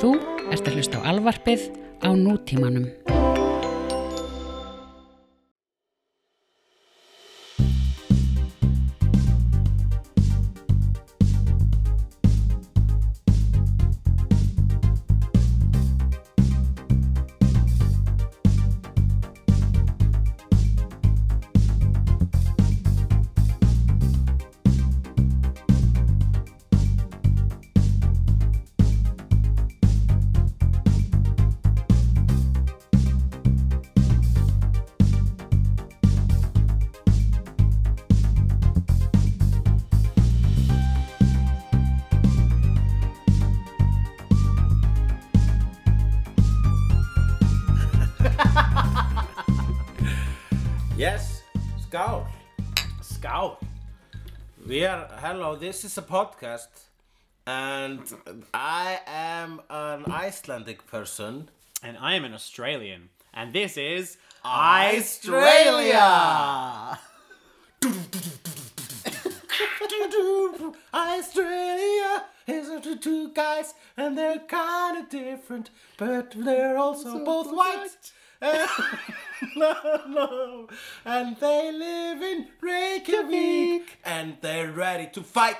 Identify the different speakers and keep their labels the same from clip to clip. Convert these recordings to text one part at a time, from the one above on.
Speaker 1: Þú ert að hlusta á alvarpið á nútímanum.
Speaker 2: Yes, skál Skál We are, hello, this is a podcast and I am an Icelandic person
Speaker 3: And I am an Australian. And this is
Speaker 2: Australia is the two guys and they're kind of different but they're also both white no, no. and they live in Reykjavik and they're ready to fight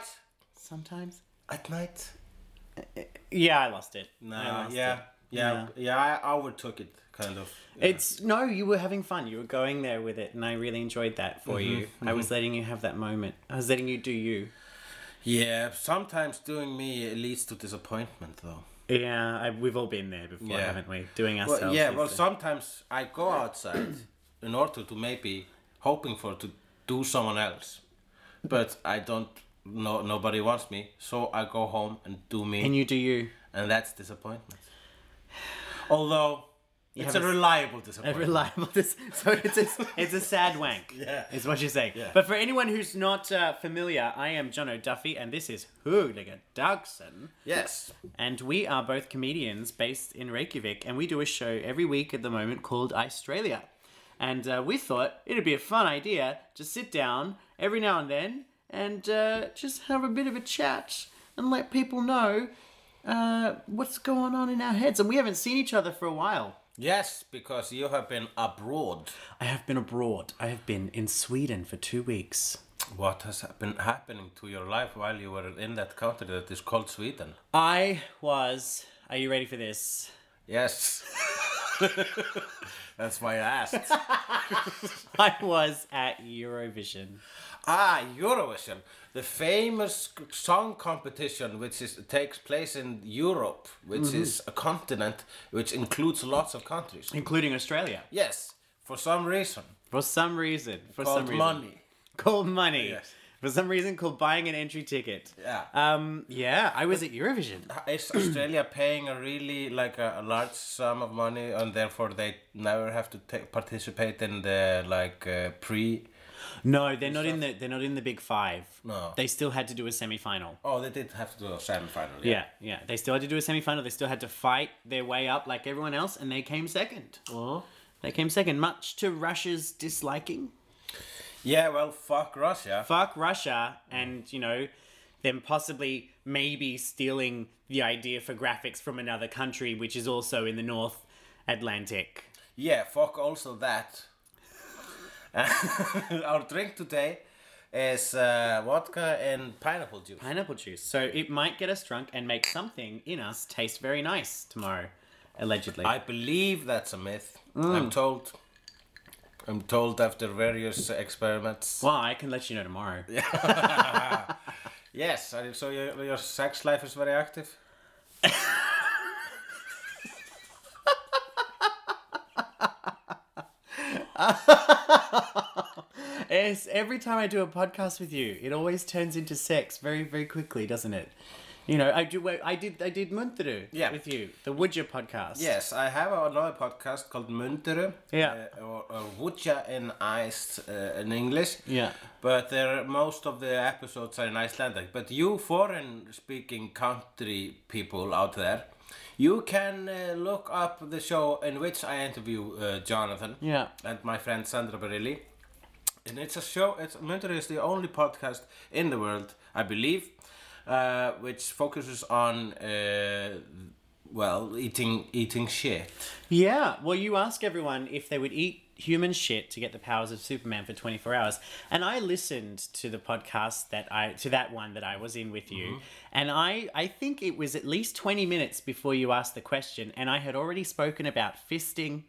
Speaker 3: Sometimes.
Speaker 2: at night
Speaker 3: Yeah, I lost it. I
Speaker 2: Nah,
Speaker 3: lost
Speaker 2: yeah,
Speaker 3: it.
Speaker 2: yeah, yeah. I overtook it, kind of.
Speaker 3: It's no, you were having fun. You were going there with it, and I really enjoyed that for you. I was letting you have that moment. I was letting you do you.
Speaker 2: Yeah, sometimes doing me leads to disappointment, though.
Speaker 3: Yeah, I, we've all been there before,
Speaker 2: Yeah.
Speaker 3: haven't we? Doing ourselves.
Speaker 2: Well, yeah,
Speaker 3: is
Speaker 2: well,
Speaker 3: the-
Speaker 2: sometimes I go outside in order to maybe hoping for to do someone else, but I don't. No, nobody wants me, so I go home and do me,
Speaker 3: and you do you.
Speaker 2: and that's disappointment. Although it's a
Speaker 3: have a s-
Speaker 2: reliable
Speaker 3: A
Speaker 2: disappointment.
Speaker 3: reliable. This, so it's a, it's a sad wank.
Speaker 2: Yeah.
Speaker 3: is what you're saying.
Speaker 2: Yeah.
Speaker 3: But for anyone who's not uh, familiar, I am John O'Duffy, and this is Hooligan Dugson.
Speaker 2: yes.
Speaker 3: And we are both comedians based in Reykjavik, and we do a show every week at the moment called Australia. And uh, we thought it'd be a fun idea to sit down every now and then and uh, just have a bit of a chat and let people know uh, what's going on in our heads. And we haven't seen each other for a while.
Speaker 2: Yes, because you have been abroad.
Speaker 3: I have been abroad. I have been in Sweden for two weeks.
Speaker 2: What has been happening to your life while you were in that country that is called Sweden?
Speaker 3: I was. Are you ready for this?
Speaker 2: Yes. That's why I asked.
Speaker 3: I was at Eurovision.
Speaker 2: ah, Eurovision, the famous song competition which is, takes place in Europe, which
Speaker 3: Mm-hmm.
Speaker 2: is a continent which includes lots of countries.
Speaker 3: Including Australia.
Speaker 2: Yes, for some reason.
Speaker 3: For some reason. For some
Speaker 2: Called
Speaker 3: reason.
Speaker 2: money.
Speaker 3: Called money.
Speaker 2: Yes.
Speaker 3: For some reason called buying an entry ticket.
Speaker 2: Yeah.
Speaker 3: Um, yeah, I was at Eurovision.
Speaker 2: Is Australia paying a really like a, a large sum of money and therefore they never have to ta- participate in the like uh, pre
Speaker 3: No, they're not in the they're not in the big five.
Speaker 2: No.
Speaker 3: They still had to do a semi final.
Speaker 2: Oh, they did have to do a semi-final.
Speaker 3: Yeah, yeah. They still had to do a semi final. They still had to fight their way up like everyone else, and they came second.
Speaker 2: Mhm.
Speaker 3: They came second, much to Russia's disliking.
Speaker 2: Yeah, well, fuck Russia.
Speaker 3: fuck Russia and, you know, them possibly maybe stealing the idea for graphics from another country, which is also in the North Atlantic.
Speaker 2: Yeah, fuck also that. Our drink today is uh, vodka and pineapple juice.
Speaker 3: Pineapple juice. So it might get us drunk and make something in us taste very nice tomorrow, allegedly.
Speaker 2: I believe that's a myth. I'm told. I'm told after various experiments.
Speaker 3: well, I can let you know tomorrow.
Speaker 2: Yes, and so your, your sex life is very active?
Speaker 3: Yes, every time I do a podcast with you, it always turns into sex very, very quickly, doesn't it? You know, I do. I did. I did Munturu
Speaker 2: Yeah.
Speaker 3: with you, the Woodja podcast.
Speaker 2: Yes, I have another podcast called Muntere.
Speaker 3: Yeah.
Speaker 2: Uh, or, or Wuja in Ice uh, in English.
Speaker 3: Yeah.
Speaker 2: But there, most of the episodes are in Icelandic. But you foreign-speaking country people out there, you can uh, look up the show in which I interview uh, Jonathan
Speaker 3: Yeah.
Speaker 2: and my friend Sandra Barilli. And it's a show, it's, Munter is the only podcast in the world, I believe, uh, which focuses on uh, well, eating eating shit.
Speaker 3: Yeah. Well, you ask everyone if they would eat human shit to get the powers of Superman for 24 hours. And I listened to the podcast that I to that one that I was in with you, and I I think it was at least 20 minutes before you asked the question, and I had already spoken about fisting,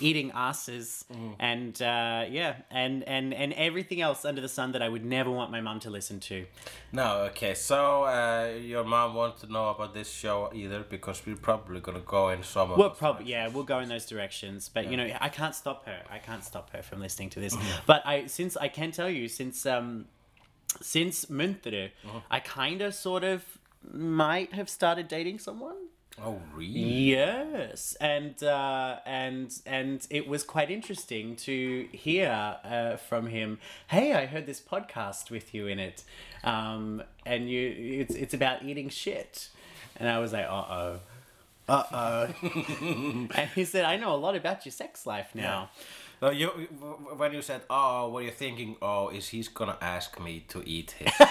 Speaker 3: eating asses, and uh, yeah, and and and everything else under the sun that I would never want my mum to listen to.
Speaker 2: No, okay. So uh, your mom wants to know about this show either because we're probably gonna go in some of.
Speaker 3: Well,
Speaker 2: those
Speaker 3: probably yeah, we'll go in those directions. But you know, I can't stop her. I can't stop her from listening to this. But I since I can tell you since um since Muntere, I kind of sort of might have started dating someone.
Speaker 2: Oh really?
Speaker 3: Yes, and uh, and and it was quite interesting to hear uh, from him. Hey, I heard this podcast with you in it, um, and you it's it's about eating shit, and I was like, uh oh. Uh oh. and he said, I know a lot about your sex life now.
Speaker 2: No, you when you said oh, what you're thinking? Oh, is he's gonna ask me to eat his?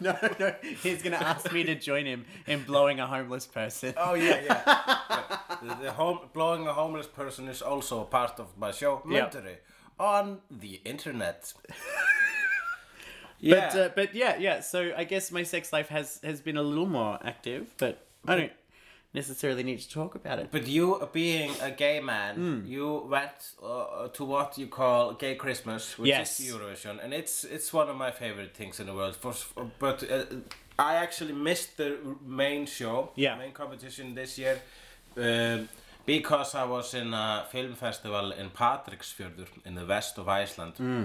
Speaker 3: No, no, he's going to ask me to join him in blowing a homeless person.
Speaker 2: oh yeah, yeah. the, the home blowing a homeless person is also a part of my show,
Speaker 3: Yep.
Speaker 2: Mentally, on the internet.
Speaker 3: But uh, but yeah, yeah. So I guess my sex life has has been a little more active, but I don't necessarily need to talk about it.
Speaker 2: But you, being a gay man,
Speaker 3: Hmm.
Speaker 2: you went uh, to what you call Gay Christmas, which
Speaker 3: Yes.
Speaker 2: is Eurovision, and it's it's one of my favorite things in the world. For, for- but uh, I actually missed the main show,
Speaker 3: Yeah.
Speaker 2: main competition this year, um, because I was in a film festival in Patreksfjörður in the west of Iceland.
Speaker 3: Hmm.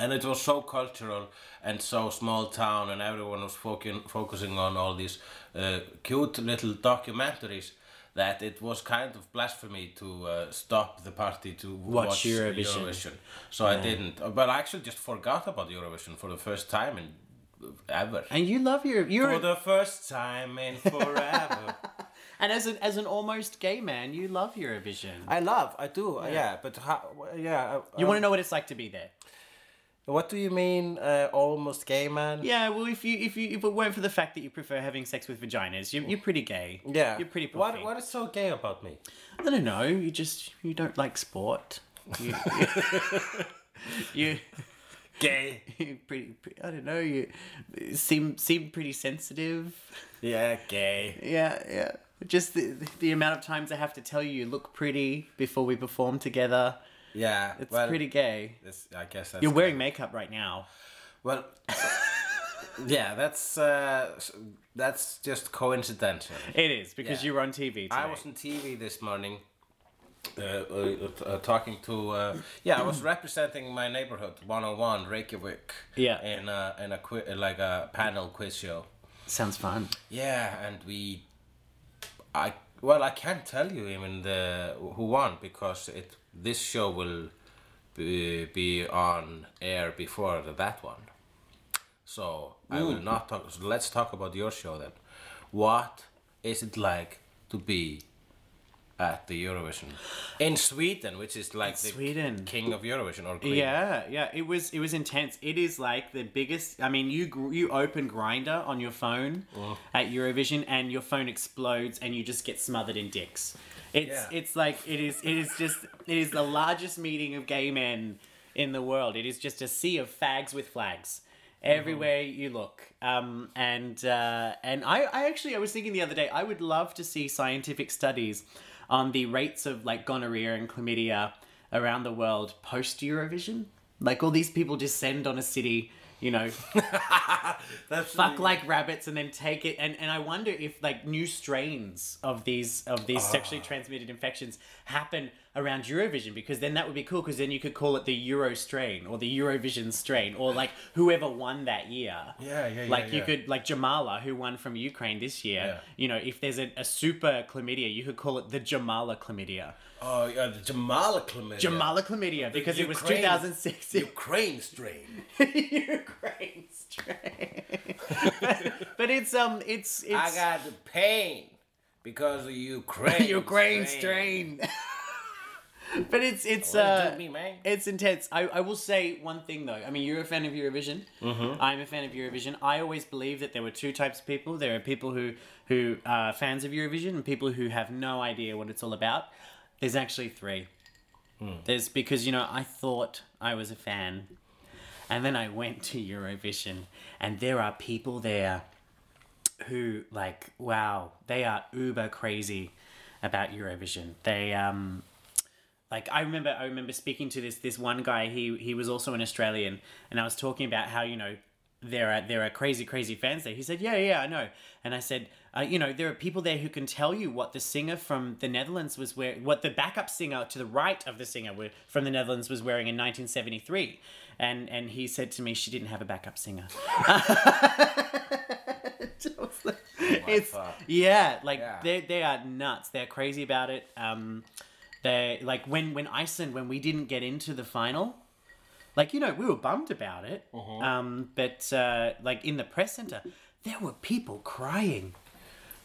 Speaker 2: And it was so cultural and so small town, and everyone was focusing focusing on all these uh, cute little documentaries. That it was kind of blasphemy to uh, stop the party to watch,
Speaker 3: Eurovision.
Speaker 2: Eurovision. So I didn't. Uh, But I actually just forgot about Eurovision for the first time in uh, ever.
Speaker 3: And you love your you're
Speaker 2: For the first time in forever.
Speaker 3: and as an as an almost gay man, you love Eurovision.
Speaker 2: I love, I do, uh, yeah. but how, yeah. uh,
Speaker 3: You want to know what it's like to be there?
Speaker 2: What do you mean, uh, almost gay man?
Speaker 3: Yeah, well, if you if you if it weren't for the fact that you prefer having sex with vaginas, you're, you're pretty gay.
Speaker 2: Yeah.
Speaker 3: you're pretty. Puffy.
Speaker 2: What What is so gay about me?
Speaker 3: I don't know. You just you don't like sport. You, you,
Speaker 2: Gay.
Speaker 3: you pretty, pretty. I don't know. You seem seem pretty sensitive.
Speaker 2: Yeah, gay.
Speaker 3: Yeah, yeah. Just the, the amount of times I have to tell you you look pretty before we perform together.
Speaker 2: Yeah.
Speaker 3: It's pretty gay.
Speaker 2: This, I guess that's.
Speaker 3: You're wearing makeup right now.
Speaker 2: Well. yeah, that's uh, s- that's just coincidental.
Speaker 3: It is because
Speaker 2: Yeah.
Speaker 3: you were on TV today.
Speaker 2: I was on TV this morning. Uh, uh, uh, talking to uh, yeah, I was representing my neighborhood 101 Reykjavik.
Speaker 3: Yeah.
Speaker 2: In a in a qui- like a panel quiz show.
Speaker 3: Sounds fun.
Speaker 2: Yeah, and we, I well, I can't tell you even the who won because it this show will be, be on air before the, that one. So I
Speaker 3: Mm.
Speaker 2: will not talk. So let's talk about your show then. What is it like to be at the Eurovision in Sweden, which is like the
Speaker 3: Sweden.
Speaker 2: king of Eurovision or queen?
Speaker 3: Yeah, yeah. It was it was intense. It is like the biggest. I mean, you gr- you open Grinder on your phone at Eurovision, and your phone explodes, and you just get smothered in dicks. It's
Speaker 2: Yeah.
Speaker 3: it's like it is it is just it is the largest meeting of gay men in the world. It is just a sea of fags with flags. Everywhere you look, um, and uh, and I, I actually I was thinking the other day I would love to see scientific studies on the rates of like gonorrhea and chlamydia around the world post Eurovision. Like all these people descend on a city, you know,
Speaker 2: That's
Speaker 3: fuck like rabbits and then take it and, and I wonder if like new strains of these of these sexually
Speaker 2: Ah.
Speaker 3: transmitted infections happen around Eurovision because then that would be cool because then you could call it the Euro strain or the Eurovision strain or like whoever won that year.
Speaker 2: Yeah, yeah, yeah,
Speaker 3: Like you
Speaker 2: yeah.
Speaker 3: could like Jamala who won from Ukraine this year,
Speaker 2: Yeah.
Speaker 3: you know, if there's a, a super chlamydia, you could call it the Jamala chlamydia.
Speaker 2: oh yeah, the Jamala chlamydia.
Speaker 3: Jamala chlamydia because it was
Speaker 2: Ukraine-
Speaker 3: 2006
Speaker 2: Ukraine strain.
Speaker 3: Ukraine strain. but, but it's um it's it's
Speaker 2: I got the pain because of Ukraine.
Speaker 3: Ukraine strain. but it's it's
Speaker 2: Well,
Speaker 3: uh,
Speaker 2: do me, man.
Speaker 3: it's intense. I, I will say one thing though. I mean, you're a fan of Eurovision. I'm a fan of Eurovision. I always believe that there were two types of people. There are people who who are fans of Eurovision and people who have no idea what it's all about. There's actually three. There's because you know I thought I was a fan, and then I went to Eurovision, and there are people there who like wow they are uber crazy about Eurovision. They um like I remember I remember speaking to this this one guy he he was also an Australian and I was talking about how you know there are there are crazy crazy fans there. He said yeah yeah I know and I said uh, you know there are people there who can tell you what the singer from the Netherlands was wearing what the backup singer to the right of the singer were, from the Netherlands was wearing in 1973 and and he said to me she didn't have a backup singer. I was like, it's
Speaker 2: fuck.
Speaker 3: yeah like
Speaker 2: Yeah.
Speaker 3: they they are nuts they're crazy about it um they like when when Iceland when we didn't get into the final like you know we were bummed about it
Speaker 2: Uh-huh.
Speaker 3: um but uh like in the press center there were people crying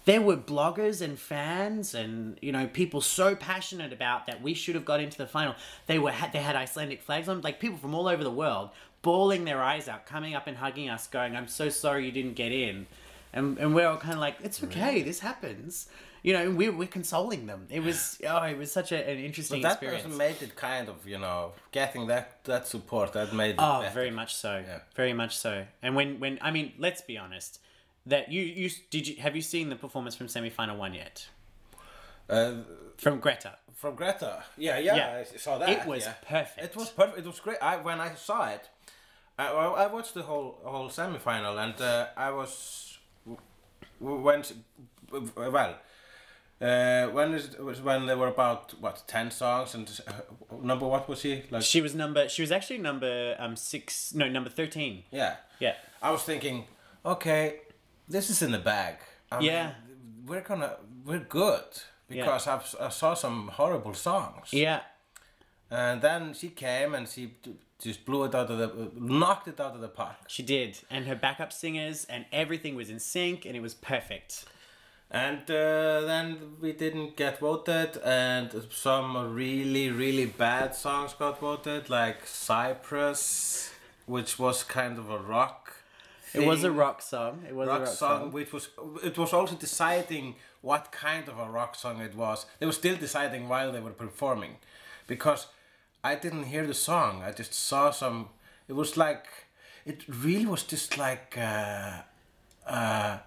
Speaker 3: there were bloggers and fans and you know people so passionate about that we should have got into the final they were had they had icelandic flags on like people from all over the world bawling their eyes out coming up and hugging us going i'm so sorry you didn't get in and, and we're all kind of like it's okay this happens you know we're, we're consoling them it was oh it was such a, an interesting
Speaker 2: That
Speaker 3: experience
Speaker 2: person made it kind of, you know, getting that that support that made it.
Speaker 3: Oh,
Speaker 2: better.
Speaker 3: very much so.
Speaker 2: Yeah.
Speaker 3: Very much so. And when when I mean, let's be honest. That you you did you have you seen the performance from semi final one yet?
Speaker 2: Uh,
Speaker 3: From Greta.
Speaker 2: from Greta. Yeah, yeah,
Speaker 3: Yeah.
Speaker 2: I saw that.
Speaker 3: It was
Speaker 2: yeah.
Speaker 3: perfect.
Speaker 2: It was perfect. It was great. I when I saw it, I, I I watched the whole whole semifinal, and uh, I was w- w- when s- w- well. Uh, when is it was when there were about what ten songs and uh, number what was he like?
Speaker 3: She was number. She was actually number um six. No, number thirteen.
Speaker 2: Yeah,
Speaker 3: Yeah.
Speaker 2: I was thinking, okay, this is in the bag. I mean,
Speaker 3: Yeah.
Speaker 2: we're gonna we're good because I've, s- I saw some horrible songs.
Speaker 3: Yeah.
Speaker 2: And then she came and she d- just blew it out of the, knocked it out of the park.
Speaker 3: She did, and her backup singers and everything was in sync, and it was perfect.
Speaker 2: And uh, then we didn't get voted, and some really, really bad songs got voted, like Cyprus, which was kind of a rock.
Speaker 3: It was a
Speaker 2: thing.
Speaker 3: rock song. It was
Speaker 2: rock,
Speaker 3: a rock
Speaker 2: song,
Speaker 3: song.
Speaker 2: which was it was also deciding what kind of a rock song it was. They were still deciding while they were performing, because I didn't hear the song. I just saw some. It was like it really was just like uh, uh,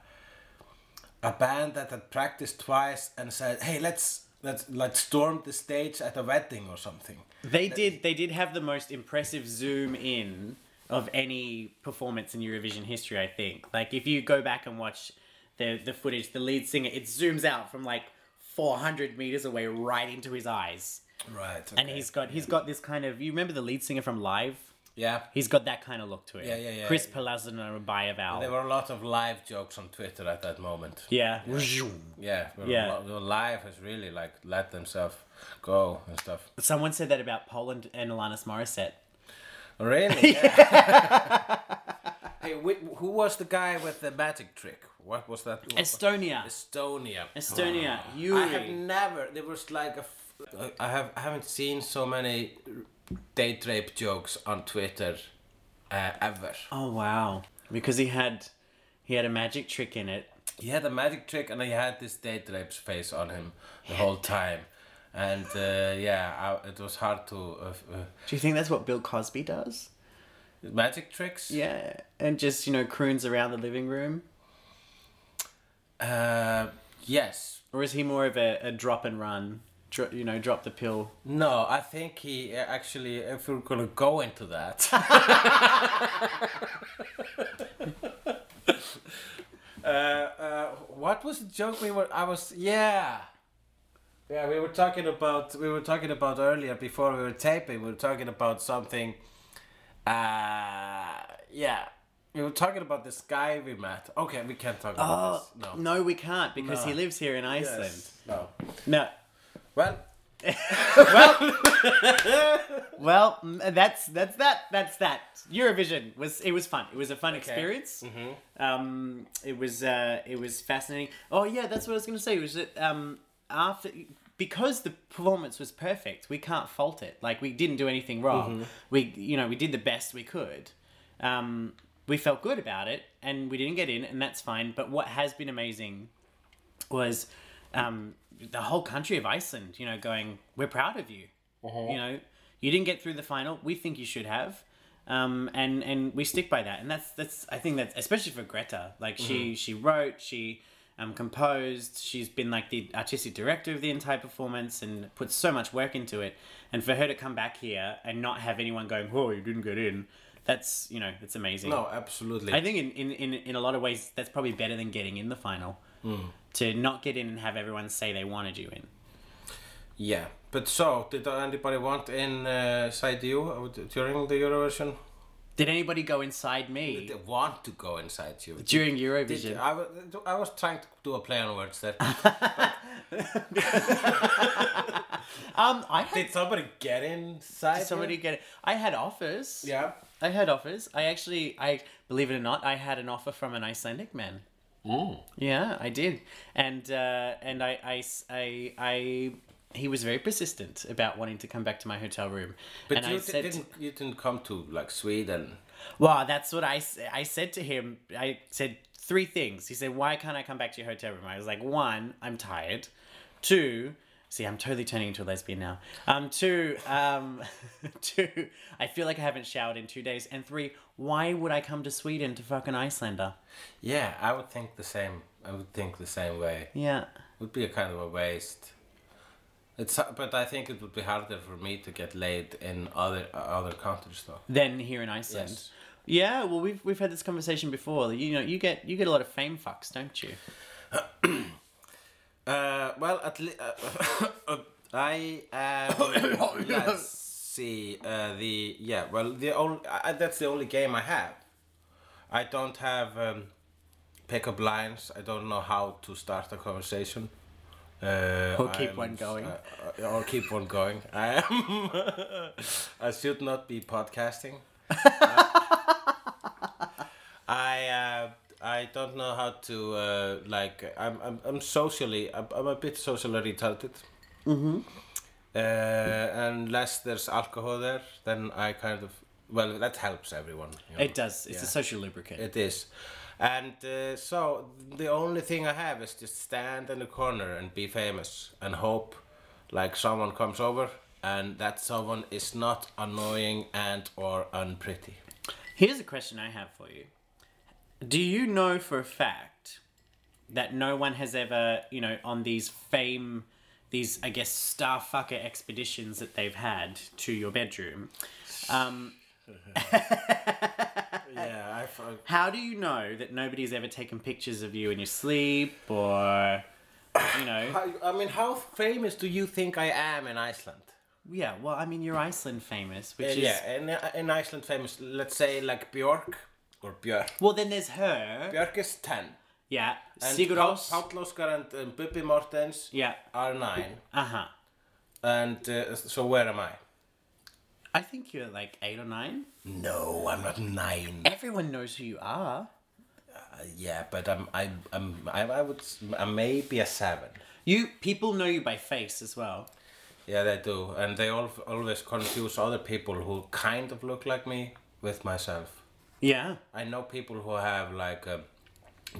Speaker 2: a band that had practiced twice and said, "Hey, let's let's let's storm the stage at a wedding or something."
Speaker 3: They did. They did have the most impressive zoom in of any performance in Eurovision history. I think. Like if you go back and watch the the footage, the lead singer it zooms out from like 400 meters away right into his eyes,
Speaker 2: Right.
Speaker 3: and he's got he's got this kind of. You remember the lead singer from Live?
Speaker 2: yeah.
Speaker 3: He's got that kind of look to him.
Speaker 2: Yeah, yeah, yeah.
Speaker 3: Chris Palazzo and Bayeval.
Speaker 2: There were a lot of live jokes on Twitter at that moment.
Speaker 3: yeah.
Speaker 2: Yeah, well,
Speaker 3: Yeah.
Speaker 2: li- well, live has really like let themselves go and stuff.
Speaker 3: Someone said that about Poland and Alanis Morissette.
Speaker 2: Really? Yeah. hey, wh- who was the guy with the magic trick? What was that?
Speaker 3: Estonia.
Speaker 2: Estonia.
Speaker 3: Estonia. Yuri.
Speaker 2: I have never. There was like a. F- I have. I haven't seen so many date rape jokes on Twitter uh, ever.
Speaker 3: Oh wow! Because he had he had a magic trick in it.
Speaker 2: He had a magic trick and he had this date rape's face on him the whole time, and uh, yeah, I, it was hard to. Uh, f- uh,
Speaker 3: Do you think that's what Bill Cosby does?
Speaker 2: magic tricks.
Speaker 3: Yeah, and just you know croons around the living room,
Speaker 2: Uh, yes.
Speaker 3: or is he more of a, a drop and run? Dro- you know, drop the pill.
Speaker 2: No, I think he uh, actually, if we're gonna go into that. uh, uh, what was the joke we were? I was yeah. Yeah, we were talking about we were talking about earlier before we were taping. We were talking about something. Uh, yeah, we were talking about this guy we met. Okay, we can't talk about this. No.
Speaker 3: no, we can't because he
Speaker 2: No.
Speaker 3: lives here in Iceland.
Speaker 2: Yes. No.
Speaker 3: No.
Speaker 2: Well,
Speaker 3: Well, mm, that's that's that that's that. Eurovision was it was fun. It was a fun experience. Um, it was uh, it was fascinating. Oh yeah, that's what I was gonna say. Was that um, after because the performance was perfect, we can't fault it. Like we didn't do anything wrong. We you know we did the best we could. Um, we felt good about it, and we didn't get in, and that's fine. But what has been amazing was um, the whole country of Iceland, you know, going, we're proud of you. You know, you didn't get through the final. We think you should have. Um, and, and we stick by that. And that's, that's, I think that's, especially for Greta, like she, she wrote, she um, composed, she's been like the artistic director of the entire performance and put so much work into it. And for her to come back here and not have anyone going, oh, you didn't get in. That's, you know, it's amazing.
Speaker 2: No, absolutely.
Speaker 3: I think in, in, in, in a lot of ways, that's probably better than getting in the final.
Speaker 2: Hmm.
Speaker 3: To not get in and have everyone say they wanted you in.
Speaker 2: yeah. But so, did anybody want uh, inside you during the Eurovision?
Speaker 3: Did anybody go inside me
Speaker 2: They want to go inside you.
Speaker 3: during
Speaker 2: Did uh, you-
Speaker 3: Eurovision?
Speaker 2: I was, I was trying to do a play on words there.
Speaker 3: Um, I had
Speaker 2: Did somebody get inside? you?
Speaker 3: somebody get. I had offers.
Speaker 2: Yeah.
Speaker 3: I had offers. I actually, I believe it or not, I had an offer from an Icelandic man.
Speaker 2: Mm.
Speaker 3: Yeah, I did, and uh, and I, I s- I- I- he was very persistent about wanting to come back to my hotel room.
Speaker 2: But
Speaker 3: and
Speaker 2: you
Speaker 3: I
Speaker 2: di-
Speaker 3: said,
Speaker 2: didn't. You didn't come to like Sweden.
Speaker 3: Well, that's what I, s- I said to him. I said three things. He said, Why can't I come back to your hotel room? I was like, One, I'm tired. Two, see, I'm totally turning into a lesbian now. Um, two, um, two, I feel like I haven't showered in two days. And three, why would I come to Sweden to fuck an Icelander?
Speaker 2: Yeah, I would think the same. I would think the same way.
Speaker 3: Yeah.
Speaker 2: would be a kind of a waste. It's but I think it would be harder for me to get laid in other other countries though.
Speaker 3: Then here in Iceland.
Speaker 2: Yes.
Speaker 3: Yeah, well, we've, we've had this conversation before. You know, you get you get a lot of fame fucks, don't you?
Speaker 2: Uh, well, at least uh, I uh, let's see uh, the yeah. Well, the only uh, that's the only game I have. I don't have um, pickup lines. I don't know how to start a conversation. Uh,
Speaker 3: Or keep
Speaker 2: I'm-
Speaker 3: one going.
Speaker 2: uh, uh, or keep one going. I am. I should not be podcasting. I uh, I don't know how to uh, like I'm I'm, I'm socially I'm, I'm a bit socially retarded. Mm-hmm. Uh, unless there's alcohol there, then I kind of well that helps everyone. you know.
Speaker 3: It does. It's a social lubricant.
Speaker 2: It is. And uh, so the only thing I have is just stand in the corner and be famous and hope like someone comes over and that someone is not annoying and or unpretty.
Speaker 3: Here's a question I have for you. Do you know for a fact that no one has ever, you know, on these fame, these, I guess, starfucker expeditions that they've had to your bedroom? Um,
Speaker 2: Yeah, I
Speaker 3: how do you know that nobody's ever taken pictures of you in your sleep or, you know?
Speaker 2: I, I mean, how famous do you think I am in Iceland? Uh,
Speaker 3: Yeah, well, I mean, you're Iceland famous, which is.
Speaker 2: yeah, in, in Iceland, famous. Let's say like Björk or Björk.
Speaker 3: Well, then there's her.
Speaker 2: Björk is ten.
Speaker 3: Yeah.
Speaker 2: And
Speaker 3: Sigur
Speaker 2: Pál-
Speaker 3: Rós.
Speaker 2: Páll Óskar and um, Bubbi Mortens
Speaker 3: Yeah.
Speaker 2: are nine.
Speaker 3: Uh huh.
Speaker 2: And uh, so where am I?
Speaker 3: I think you're like eight or nine.
Speaker 2: No, I'm not nine.
Speaker 3: Everyone knows who you are.
Speaker 2: yeah, but I'm I'm I'm I, I would s- I'm maybe a seven.
Speaker 3: You people know you by face as well.
Speaker 2: Yeah, they do, and they all always confuse other people who kind of look like me with myself.
Speaker 3: Yeah.
Speaker 2: I know people who have like um,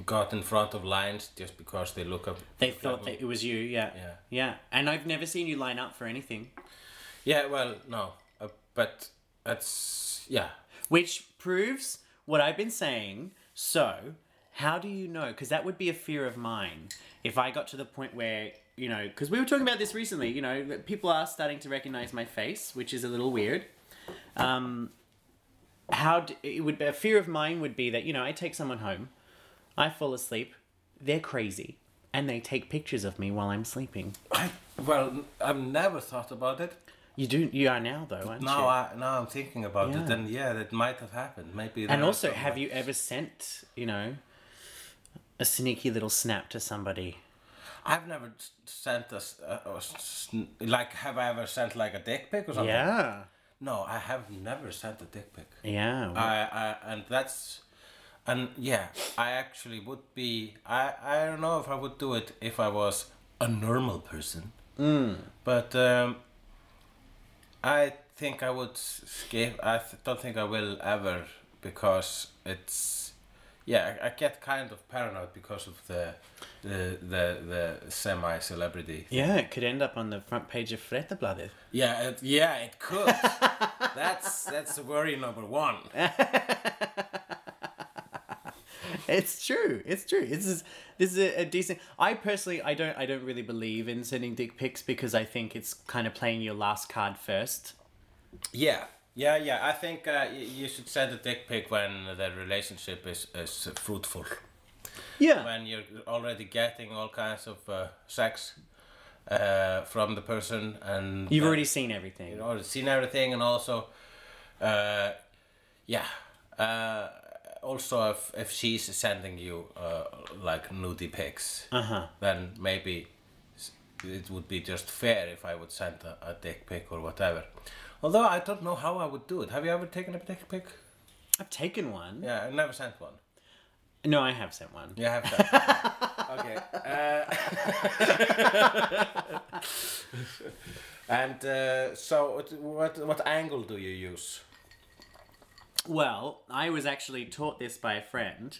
Speaker 2: got in front of lines just because they look up.
Speaker 3: They thought that it was you. Yeah.
Speaker 2: Yeah.
Speaker 3: And I've never seen you line up for anything,
Speaker 2: Yeah, well, no, uh, but that's yeah.
Speaker 3: which proves what I've been saying. So, how do you know? Because that would be a fear of mine if I got to the point where you know. Because we were talking about this recently. You know, that people are starting to recognize my face, which is a little weird. Um, how d it would a fear of mine would be that you know I take someone home, I fall asleep, they're crazy, and they take pictures of me while I'm sleeping.
Speaker 2: I well, I've never thought about it.
Speaker 3: You do. You are now though, aren't you?
Speaker 2: Now I now I'm thinking about it,
Speaker 3: Yeah.
Speaker 2: and yeah, that might have happened. Maybe.
Speaker 3: and
Speaker 2: there are
Speaker 3: also,
Speaker 2: some-
Speaker 3: have you ever sent you know a sneaky little snap to somebody?
Speaker 2: I've never s- sent us uh, or s- s- like have I ever sent like a dick pic or something?
Speaker 3: Yeah.
Speaker 2: No, I have never sent a dick pic.
Speaker 3: Yeah.
Speaker 2: Uh, I, I and that's and yeah, I actually would be I I don't know if I would do it if I was a normal person. But um, I think I would skip. I th- don't think I will ever because it's yeah. I, I get kind of paranoid because of the the the, the semi celebrity.
Speaker 3: Yeah, it could end up on the front page of Frettabladet.
Speaker 2: Yeah, it, yeah, it could. that's that's worry number one.
Speaker 3: It's true. It's true. This is this is a, a decent. I personally, I don't, I don't really believe in sending dick pics because I think it's kind of playing your last card first.
Speaker 2: Yeah. Yeah, yeah. I think uh, y- you should send a dick pic when the relationship is, is fruitful.
Speaker 3: Yeah.
Speaker 2: When you're already getting all kinds of uh, sex uh, from the person and
Speaker 3: You've
Speaker 2: uh,
Speaker 3: already seen everything.
Speaker 2: you've already seen everything, and also, uh, yeah. Uh, also, if, if she's sending you uh, like nudie pics,
Speaker 3: Uh-huh.
Speaker 2: then maybe s- it would be just fair if I would send a, a dick pic or whatever. Although I don't know how I would do it. Have you ever taken a dick pic?
Speaker 3: I've taken one.
Speaker 2: Yeah, I never sent one.
Speaker 3: No, I have sent one.
Speaker 2: You have that. okay. Uh, and uh, so, what, what what angle do you use?
Speaker 3: Well, I was actually taught this by a friend,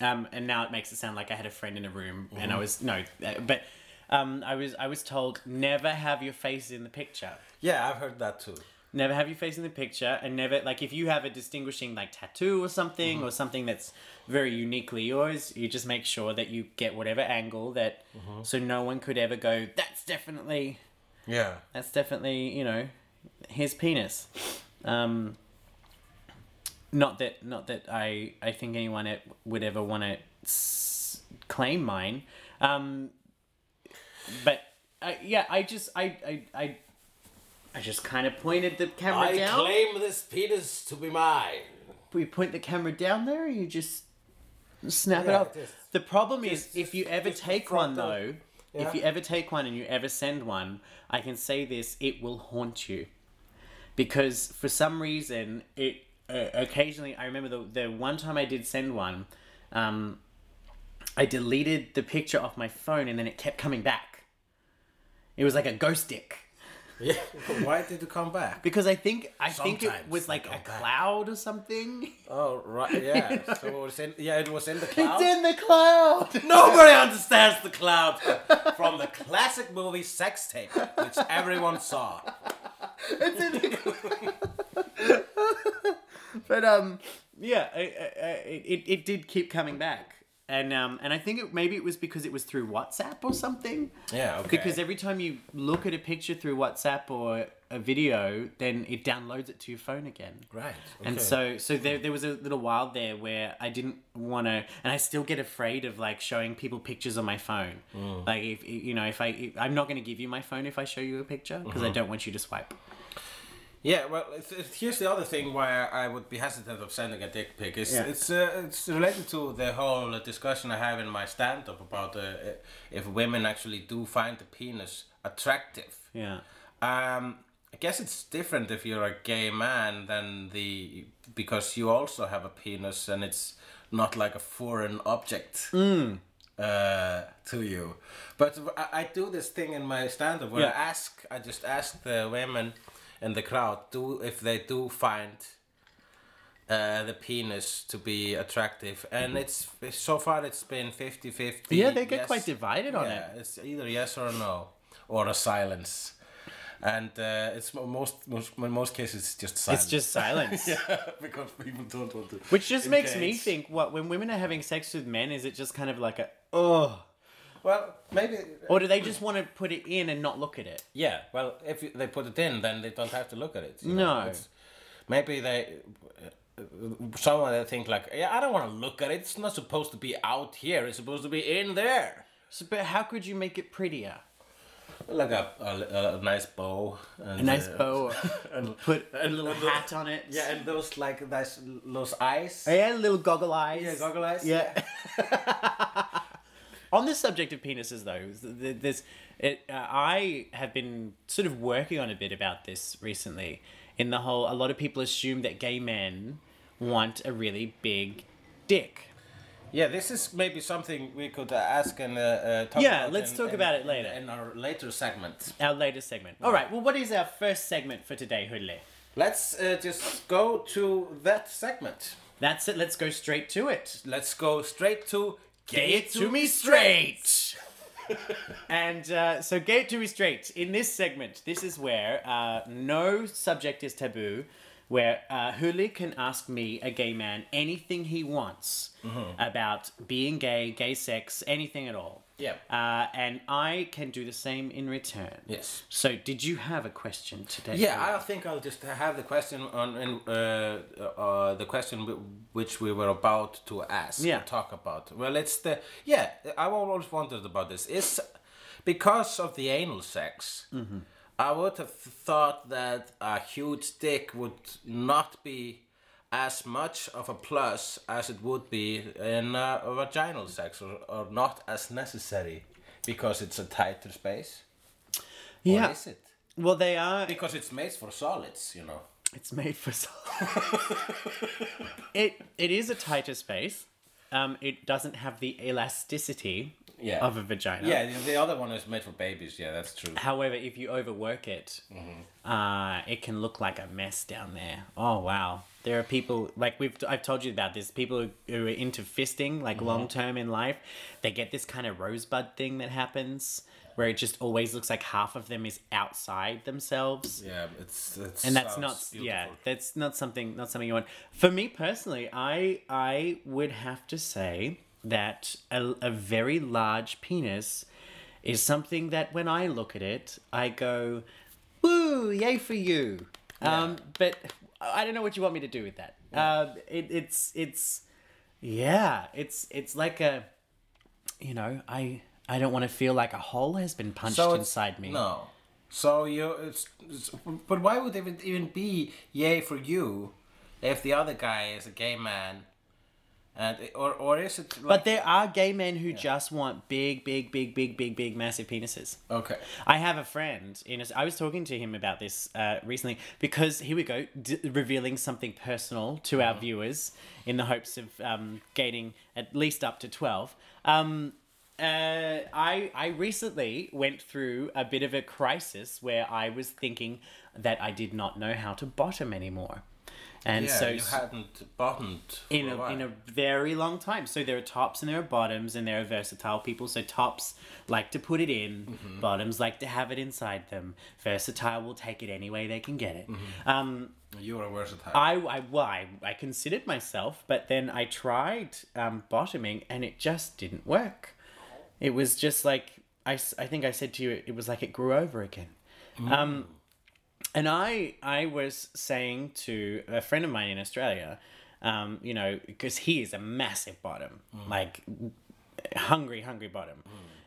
Speaker 3: um, and now it makes it sound like I had a friend in a room, and I was no, uh, but um, I was I was told never have your face in the picture.
Speaker 2: Yeah, I've heard that too.
Speaker 3: Never have your face in the picture, and never like if you have a distinguishing like tattoo or something or something that's very uniquely yours, you just make sure that you get whatever angle that, so no one could ever go. That's definitely
Speaker 2: Yeah.
Speaker 3: that's definitely you know his penis um not that not that i i think anyone e- would ever want to s- claim mine um but uh, yeah i just i i i, I just kind of pointed the camera down
Speaker 2: claim this penis to be mine.
Speaker 3: we point the camera down there and you just snap it
Speaker 2: Yeah,
Speaker 3: off
Speaker 2: just-
Speaker 3: the problem is
Speaker 2: just-
Speaker 3: if you ever
Speaker 2: just
Speaker 3: take one
Speaker 2: front
Speaker 3: though
Speaker 2: of-
Speaker 3: if
Speaker 2: Yeah.
Speaker 3: you ever take one and you ever send one i can say this it will haunt you because for some reason it uh, occasionally i remember the, the one time i did send one um, i deleted the picture off my phone and then it kept coming back it was like a ghost dick
Speaker 2: Yeah. Why did you come back?
Speaker 3: because i think i think it
Speaker 2: Sometimes
Speaker 3: was
Speaker 2: they
Speaker 3: like a
Speaker 2: come back.
Speaker 3: cloud or something
Speaker 2: Oh right, yeah. so it was in, yeah, it was in the cloud.
Speaker 3: the cloud
Speaker 2: Nobody understands the cloud from the classic movie Sex Tape, which everyone saw.
Speaker 3: But um, yeah, I, I, I, it it did keep coming back, and um, and I think it maybe it was because it was through WhatsApp or something.
Speaker 2: Yeah, okay.
Speaker 3: Because every time you look at a picture through WhatsApp or a video, then it downloads it to your phone again.
Speaker 2: right.
Speaker 3: And
Speaker 2: okay.
Speaker 3: so, so there, there was a little while there where I didn't want to, and I still get afraid of like showing people pictures on my phone. Like, if you know, if I, if, I'm not going to give you my phone if I show you a picture because I don't want you to swipe.
Speaker 2: Yeah, well, it's, it's- here's the other thing why I would be hesitant of sending a dick pic. It's
Speaker 3: Yeah.
Speaker 2: it's uh, it's related to the whole discussion I have in my stand-up about uh, if women actually do find the penis attractive.
Speaker 3: Yeah.
Speaker 2: Um, I guess it's different if you're a gay man than the because you also have a penis and it's not like a foreign object
Speaker 3: Mm.
Speaker 2: uh, to you. But I, I do this thing in my stand-up where
Speaker 3: Yeah.
Speaker 2: I ask, I just ask the women in the crowd do if they do find. Uh, the penis to be attractive and it's so far it's been 50 50
Speaker 3: Mm-hmm. Yeah, they get quite divided on it.
Speaker 2: yeah, it's either yes or no, or a silence, and uh, it's mo- most most in most cases it's just silence.
Speaker 3: It's just silence.
Speaker 2: because people don't want to.
Speaker 3: Which just makes me
Speaker 2: engage.
Speaker 3: think, what when women are having sex with men, is it just kind of like a oh,
Speaker 2: Well, maybe.
Speaker 3: or do they just want to put it in and not look at it?
Speaker 2: Yeah. Well, if you, they put it in, then they don't have to look at it. you
Speaker 3: No.
Speaker 2: It's- Maybe they. uh, Someone they think like, yeah, I don't want to look at it. It's not supposed to be out here. It's supposed to be in there.
Speaker 3: So, but how could you make it prettier?
Speaker 2: Like a, a, a nice bow. And
Speaker 3: A nice
Speaker 2: uh,
Speaker 3: bow, put a little
Speaker 2: little-
Speaker 3: hat on it.
Speaker 2: Yeah, and those like those those eyes.
Speaker 3: yeah, little goggle eyes.
Speaker 2: Yeah, goggle eyes.
Speaker 3: Yeah. On the subject of penises, though, th- th- there's it. Uh, I have been sort of working on a bit about this recently. In the whole, a lot of people assume that gay men want a really big dick.
Speaker 2: Yeah, this is maybe something we could uh, ask and uh, uh, talk
Speaker 3: Yeah,
Speaker 2: about
Speaker 3: let's
Speaker 2: in-
Speaker 3: talk
Speaker 2: in-
Speaker 3: about it later.
Speaker 2: in our later segment.
Speaker 3: Our latest segment. All right. Well, what is our first segment for today, Hule?
Speaker 2: Let's uh, just go to that segment.
Speaker 3: That's it. Let's go straight to it.
Speaker 2: Let's go straight to
Speaker 3: Gay it to me straight. and uh, so, gay it to me straight. In this segment, this is where uh, no subject is taboo, where uh, Huli can ask me, a gay man, anything he wants about being gay, gay sex, anything at all.
Speaker 2: Yeah.
Speaker 3: Uh, and I can do the same in return.
Speaker 2: Yes.
Speaker 3: So, did you have a question today?
Speaker 2: Yeah, I think I'll just have the question on in, uh, uh, the question w- which we were about to ask.
Speaker 3: Yeah.
Speaker 2: talk about. Well, it's the yeah. I always wondered about this. Is because of the anal sex.
Speaker 3: Mm-hmm.
Speaker 2: I would have thought that a huge dick would not be as much of a plus as it would be in uh, vaginal sex, or, or not as necessary, because it's a tighter space.
Speaker 3: Yeah.
Speaker 2: Or is it?
Speaker 3: Well, they are.
Speaker 2: Because it's made for solids, you know.
Speaker 3: It's made for so. it it is a tighter space. Um, it doesn't have the elasticity
Speaker 2: Yeah.
Speaker 3: of a vagina.
Speaker 2: Yeah, the- the other one is made for babies. Yeah, that's true.
Speaker 3: However, if you overwork it,
Speaker 2: Mm-hmm.
Speaker 3: uh, it can look like a mess down there. Oh wow! There are people like we've I've told you about this. People who, who are into fisting,
Speaker 2: Mm-hmm.
Speaker 3: like long term in life, they get this kind of rosebud thing that happens where it just always looks like half of them is outside themselves.
Speaker 2: Yeah, it's, it's
Speaker 3: and that's not yeah that's not something not something you want for me personally i i would have to say that a, a very large penis is something that when i look at it i go woo yay for you um but i don't know what you want me to do with that um it, it's it's yeah it's it's like a you know i i don't want to feel like a hole has been punched
Speaker 2: it's-
Speaker 3: inside me
Speaker 2: No. So you, it's, it's, but why would it even- even be yay for you, if the other guy is a gay man, and or or is it?
Speaker 3: But
Speaker 2: Like,
Speaker 3: there are gay men who just want big, big, big, big, big, big, massive penises.
Speaker 2: okay.
Speaker 3: I have a friend. In a, I was talking to him about this uh, recently because here we go, d- revealing something personal to
Speaker 2: Mm-hmm.
Speaker 3: our viewers in the hopes of um, gaining at least up to twelve. Um, uh, I I recently went through a bit of a crisis where I was thinking that I did not know how to bottom anymore, and
Speaker 2: Yeah,
Speaker 3: so
Speaker 2: you hadn't bottomed for
Speaker 3: in
Speaker 2: a,
Speaker 3: a,
Speaker 2: while.
Speaker 3: in a very long time. So there are tops and there are bottoms and there are versatile people. So tops like to put it in, bottoms like to have it inside them. Versatile will take it any way they can get it. Um,
Speaker 2: you were versatile.
Speaker 3: I, I, well, I, I considered myself, but then I tried um, bottoming and it just didn't work. It was just like, I, s- I think I said to you, it was like it grew over again. Um, and I, I was saying to a friend of mine in Australia, um, you know, because he is a massive bottom,
Speaker 2: Mm.
Speaker 3: like hungry, hungry bottom.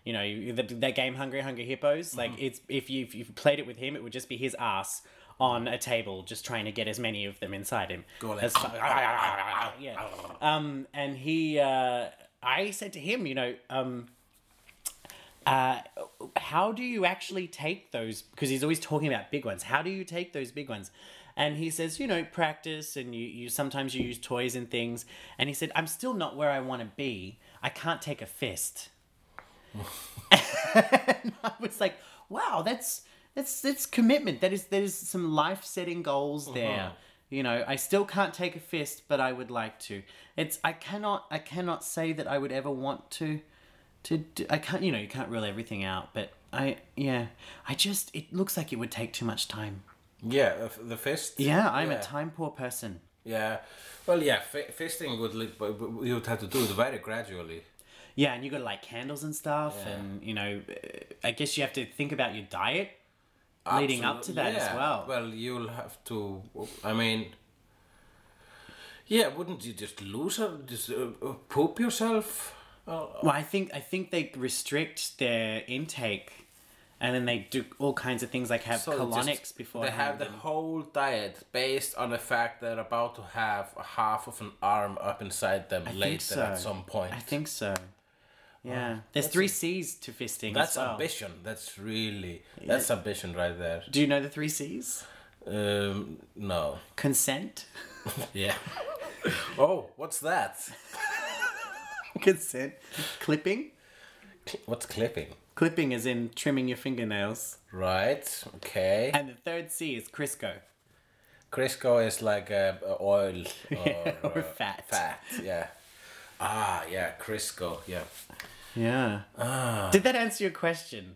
Speaker 3: You know, you, the, that game Hungry Hungry
Speaker 2: Mm-hmm.
Speaker 3: Hippos, like it's if you if you played it with him, it would just be his ass on a table, just trying to get as many of them inside him.
Speaker 2: Go like-
Speaker 3: as fu- yeah. Um, and he, uh, I said to him, you know, um, uh, how do you actually take those? Because he's always talking about big ones. How do you take those big ones? And he says, you know, practice, and you, you sometimes you use toys and things. And he said, I'm still not where I want to be. I can't take a fist. and I was like, wow, that's that's that's commitment. That is that is some life setting goals there. You know, I still can't take a fist, but I would like to. It's I cannot I cannot say that I would ever want to to do, I can't you know, you can't rule everything out, but I yeah, I just it looks like it would take too much time.
Speaker 2: yeah, the f- the fist.
Speaker 3: Yeah, I'm
Speaker 2: Yeah.
Speaker 3: a time poor person.
Speaker 2: Yeah, well, yeah, f- fisting would li- but- but you would have to do it very gradually.
Speaker 3: Yeah, and you got to light candles and stuff, and you know, uh, I guess you have to think about your diet leading up to that
Speaker 2: Absolute-
Speaker 3: as
Speaker 2: yeah.
Speaker 3: well.
Speaker 2: Well, you'll have to. I mean, yeah, wouldn't you just lose it? Just uh, uh, poop yourself? Oh,
Speaker 3: Well, I think I think they restrict their intake, and then they do all kinds of things like have
Speaker 2: so
Speaker 3: colonics
Speaker 2: just-
Speaker 3: before.
Speaker 2: They have the whole diet based on the fact they're about to have half of an arm up inside them later at some point.
Speaker 3: I think so. Yeah, there's three C's to fisting.
Speaker 2: that's
Speaker 3: as well.
Speaker 2: ambition. That's really that's ambition right there.
Speaker 3: Do you know the three C's?
Speaker 2: Um, no.
Speaker 3: Consent.
Speaker 2: Yeah. oh, what's that?
Speaker 3: consent. Clipping?
Speaker 2: What's clipping?
Speaker 3: Clipping is in trimming your fingernails.
Speaker 2: Right. Okay.
Speaker 3: And the third C is Crisco.
Speaker 2: Crisco is like uh, oil or,
Speaker 3: or
Speaker 2: uh,
Speaker 3: fat.
Speaker 2: Fat. Yeah. Ah, yeah. Crisco. Yeah.
Speaker 3: Yeah.
Speaker 2: Ah.
Speaker 3: Did that answer your question?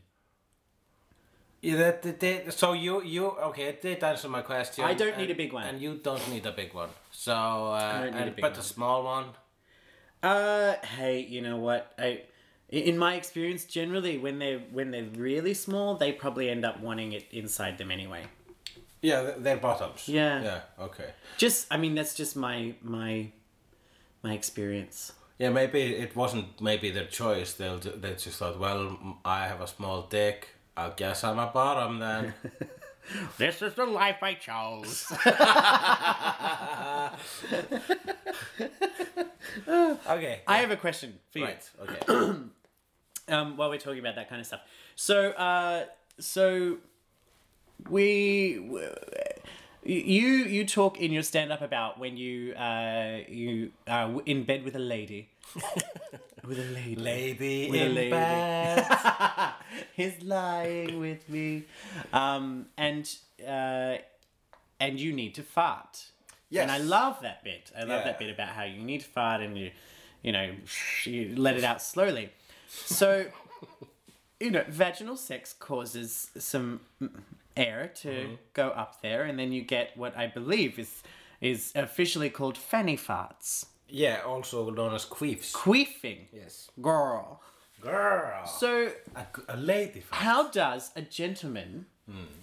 Speaker 2: Yeah, that, that, that- so you you okay? It did answer my question.
Speaker 3: I don't
Speaker 2: and-
Speaker 3: need a big one.
Speaker 2: and you don't need a big one. So, uh,
Speaker 3: don't need
Speaker 2: and-
Speaker 3: a big
Speaker 2: but
Speaker 3: one.
Speaker 2: a small one.
Speaker 3: Uh, hey, you know what? I, in my experience, generally when they're when they're really small, they probably end up wanting it inside them anyway.
Speaker 2: Yeah, th- they're bottoms.
Speaker 3: Yeah.
Speaker 2: Yeah. Okay.
Speaker 3: Just, I mean, that's just my my my experience.
Speaker 2: Yeah, maybe it wasn't maybe their choice. They'll ju- they just thought, well, m- I have a small dick. I guess I'm a bottom then.
Speaker 3: This is the life I chose.
Speaker 2: okay.
Speaker 3: I have a question for you.
Speaker 2: right. Okay.
Speaker 3: um, while we're talking about that kind of stuff. So, uh, so we, w- you you talk in your stand up about when you uh, you are w- in bed with a lady. with a lady.
Speaker 2: Lady
Speaker 3: With a
Speaker 2: in
Speaker 3: lady.
Speaker 2: bed.
Speaker 3: He's lying with me, um, and uh, and you need to fart. And I
Speaker 2: Yes.
Speaker 3: love that bit. I love
Speaker 2: Yeah.
Speaker 3: that bit about how you need to fart and you, you know, you let it out slowly. So, you know, vaginal sex causes some air to
Speaker 2: Mm-hmm.
Speaker 3: go up there, and then you get what I believe is is officially called fanny farts,
Speaker 2: yeah, also known as queefs.
Speaker 3: queefing,
Speaker 2: Yes.
Speaker 3: girl.
Speaker 2: Girl.
Speaker 3: So
Speaker 2: a, g- a lady. f-
Speaker 3: How does a gentleman